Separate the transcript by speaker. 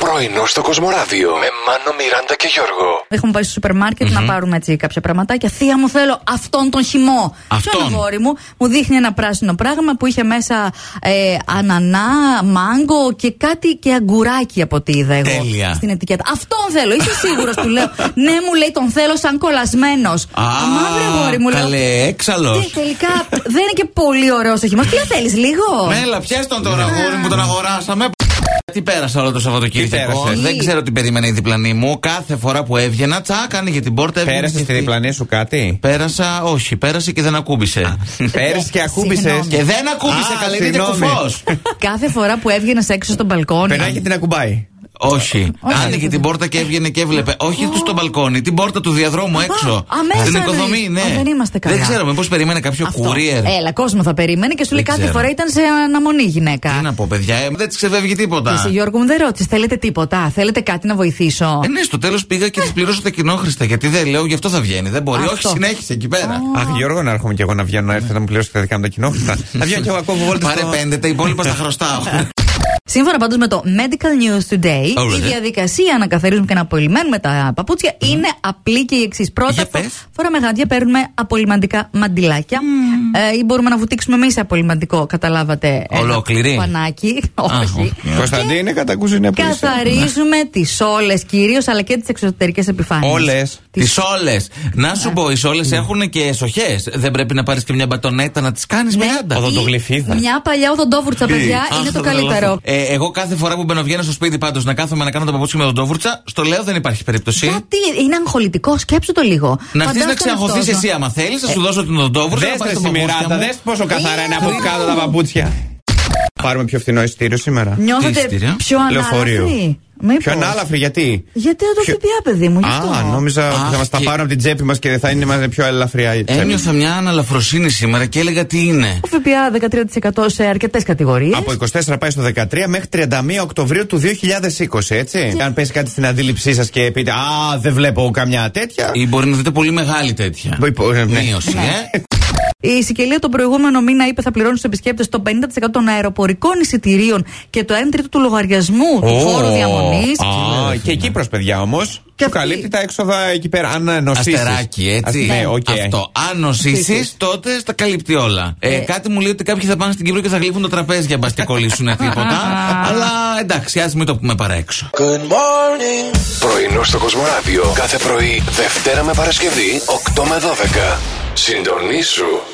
Speaker 1: Πρωινό στο Κοσμοράδιο με Μάνο, Μιράντα και Γιώργο.
Speaker 2: Έχουμε πάει στο σούπερ μάρκετ να πάρουμε έτσι κάποια πραγματάκια. Θεία μου, θέλω αυτόν τον χυμό.
Speaker 3: Αυτόν.
Speaker 2: Ποιο είναι γόρι μου, μου δείχνει ένα πράσινο πράγμα που είχε μέσα ε, ανανά, μάγκο και κάτι και αγκουράκι από ό,τι είδα εγώ.
Speaker 3: Τέλεια.
Speaker 2: Στην ετικέτα. Αυτόν θέλω, είσαι σίγουρος του λέω. Ναι, μου λέει, τον θέλω σαν κολλασμένος. Αμαύρε γόρι μου, λέω.
Speaker 3: Καλέ, έξαλλος.
Speaker 2: «Τι, τελικά δεν είναι και πολύ ωραίος ο χυμός. Τι θέλεις, λίγο.
Speaker 3: Μέλα, πιέσ' τον τώρα,
Speaker 2: Ναι.
Speaker 3: αγόρι μου, τον αγοράσαμε. Τι πέρασα όλο το
Speaker 4: Τι
Speaker 3: Σαββατοκύριακο.
Speaker 4: πέρασες?
Speaker 3: Δεν ξέρω τι περίμενε η διπλανή μου. Κάθε φορά που έβγαινα, τσακ, άνοιγε την πόρτα.
Speaker 2: Ε,
Speaker 3: έβγαινε
Speaker 4: Πέρασε
Speaker 3: και
Speaker 4: στη
Speaker 3: αυτή.
Speaker 4: διπλανή σου κάτι.
Speaker 3: Πέρασα, όχι, πέρασε και δεν ακούμπησε.
Speaker 4: Πέρασε και ακούμπησες.
Speaker 2: Ε, Συγγνώμη.
Speaker 3: και δεν ακούμπησε,
Speaker 4: Α,
Speaker 3: καλέ, είναι
Speaker 4: συγγνώμη.
Speaker 3: κουφό.
Speaker 2: Κάθε φορά που έβγαινες έξω στον μπαλκόνι.
Speaker 4: Περνάει και την ακουμπάει.
Speaker 3: Όχι.
Speaker 2: Όχι.
Speaker 3: Άνοιγε την πόρτα και έβγαινε και έβλεπε. Όχι του στο μπαλκόνι, την πόρτα του διαδρόμου έξω.
Speaker 2: α, μέσα
Speaker 3: Στην
Speaker 2: εννοείς.
Speaker 3: οικοδομή, ναι.
Speaker 2: Α, δεν είμαστε καλά.
Speaker 3: Δεν ξέρω, μήπω περίμενε κάποιο
Speaker 2: Αυτό.
Speaker 3: courier.
Speaker 2: Έλα, κόσμο θα περίμενε και σου λέει
Speaker 3: Δεν
Speaker 2: κάθε
Speaker 3: ξέρω.
Speaker 2: φορά ήταν σε αναμονή η γυναίκα.
Speaker 3: Τι να πω, παιδιά, ε, δεν της ξεφεύγει
Speaker 2: Και
Speaker 3: τίποτα.
Speaker 2: Εσύ, Γιώργο μου, δεν ρώτησες. Θέλετε τίποτα, θέλετε κάτι να βοηθήσω.
Speaker 3: Ε, ναι, στο τέλος πήγα και της πληρώσω τα κοινόχρηστα. Γιατί δεν λέω, γι' αυτό θα βγαίνει. Δεν μπορεί.
Speaker 2: Αυτό.
Speaker 3: Όχι, συνέχισε εκεί πέρα.
Speaker 4: Αχ, Γιώργο, να έρχομαι κι εγώ να βγαίνω να έρθω να μου πληρώσετε τα δικά μου τα κοινόχρηστα. Να βγαίνω κι εγώ ακόμα βόλτα.
Speaker 3: Πάρε πέντε, τα υπόλοιπα στα χρωστάω.
Speaker 2: Σύμφωνα πάντως με το Medical News Today,
Speaker 3: Ωραία.
Speaker 2: η διαδικασία να καθαρίζουμε και να απολυμμένουμε τα παπούτσια είναι απλή και η εξής. Πρώτα,
Speaker 3: Για
Speaker 2: φο-
Speaker 3: πες.
Speaker 2: φοράμε γάντια, παίρνουμε απολυμαντικά μαντιλάκια ε, ή μπορούμε να βουτήξουμε εμείς απολυμαντικό, καταλάβατε. ένα
Speaker 3: Ολόκληρη.
Speaker 2: Πανάκι, όχι.
Speaker 3: όχι.
Speaker 4: Κωνσταντίνε, κατά κούζινε που είσαι.
Speaker 2: Καθαρίζουμε
Speaker 3: Ναι.
Speaker 2: τις όλες κυρίως, αλλά και τις εξωτερικές επιφάνειες.
Speaker 4: Όλες.
Speaker 3: Τις όλες. Να
Speaker 2: Ε.
Speaker 3: σου πω, οι όλες
Speaker 2: Ναι.
Speaker 3: έχουν και εσοχές. Δεν πρέπει να πάρεις και μια μπατονέτα να τις κάνεις
Speaker 2: Ναι.
Speaker 3: μεράντα.
Speaker 2: Ή
Speaker 4: Οδοντογλυφίδα.
Speaker 2: Μια παλιά οδοντόβουρτσα, παιδιά, είναι
Speaker 3: Αχ,
Speaker 2: το
Speaker 3: θα
Speaker 2: καλύτερο.
Speaker 3: τρελαθώ. Ε, εγώ κάθε φορά που μπαίνω βγαίνω στο σπίτι πάντως να κάθομαι να κάνω τα παπούτσια με τον Ντόβουρτσα, στο λέω δεν υπάρχει περίπτωση.
Speaker 2: Γιατί είναι αγχολητικό, σκέψου το λίγο.
Speaker 3: Να αρχίσεις να
Speaker 2: Φαντάζομαι
Speaker 3: ξεαγχωθεί
Speaker 2: αυτός,
Speaker 3: εσύ, άμα θέλεις, θα σου δώσω την Ντόβουρτσα.
Speaker 4: Δες
Speaker 3: να πάρεις
Speaker 4: ρε
Speaker 3: τα παπούτσια
Speaker 4: σημεράντα,
Speaker 3: μου.
Speaker 4: δες πόσο καθαρά είναι από
Speaker 2: Ιω.
Speaker 4: κάτω τα παπούτσια. Πάρουμε πιο φθηνό εισιτήριο σήμερα.
Speaker 2: Νιώθετε
Speaker 3: Εισιτήριο.
Speaker 2: πιο
Speaker 4: Λεωφορείο.
Speaker 2: ανάλαφρη. Μήπως.
Speaker 4: Πιο ανάλαφρη, γιατί.
Speaker 2: Γιατί δεν το
Speaker 4: Πιο-
Speaker 2: ΦΠΑ, παιδί μου, γι' αυτό.
Speaker 4: Α, νόμιζα ότι θα
Speaker 3: Αχ,
Speaker 4: μας τα
Speaker 3: και-
Speaker 4: πάρουν από την τσέπη μας και θα είναι μαζί πιο ελαφριά η τσέπη.
Speaker 3: Ένιωθα μια αναλαφροσύνη σήμερα και έλεγα τι είναι.
Speaker 2: Ο ΦΠΑ 13% σε αρκετές κατηγορίες.
Speaker 4: Από 24 πάει στο 13 μέχρι 31 Οκτωβρίου του 2020, έτσι. Αν πέσει κάτι στην αντίληψή σας και πείτε Α, δεν βλέπω καμιά τέτοια.
Speaker 3: Ή μπορεί να δείτε πολύ μεγάλη τέτοια.
Speaker 4: Μπο- υπο- ε, ναι.
Speaker 3: Μείωση, ε.
Speaker 2: Η Σικελία τον προηγούμενο μήνα είπε θα πληρώνει στους επισκέπτες το 50% των αεροπορικών εισιτηρίων και το 1 τρίτο του λογαριασμού του φόρου διαμονής.
Speaker 4: Α, και Κύπρος παιδιά όμως. Και
Speaker 2: αυτή-
Speaker 4: καλύπτει τα έξοδα εκεί πέρα. Αν νοσήσεις.
Speaker 3: Αστεράκι, έτσι.
Speaker 4: Ας, Ναι, οκ.
Speaker 3: Αυτό. Αν νοσήσεις, τότε τα καλύπτει όλα. Ε, κάτι μου λέει ότι κάποιοι θα πάνε στην Κύπρο και θα γλύφουν το τραπέζι, μπας και κολλήσουν τίποτα. Αλλά εντάξει, ας μην το πούμε παρέξω.
Speaker 1: Πρωινό στο Κοσμοράδιο κάθε πρωί, Δευτέρα με Παρασκευή, 8 με 12. Συντονίσου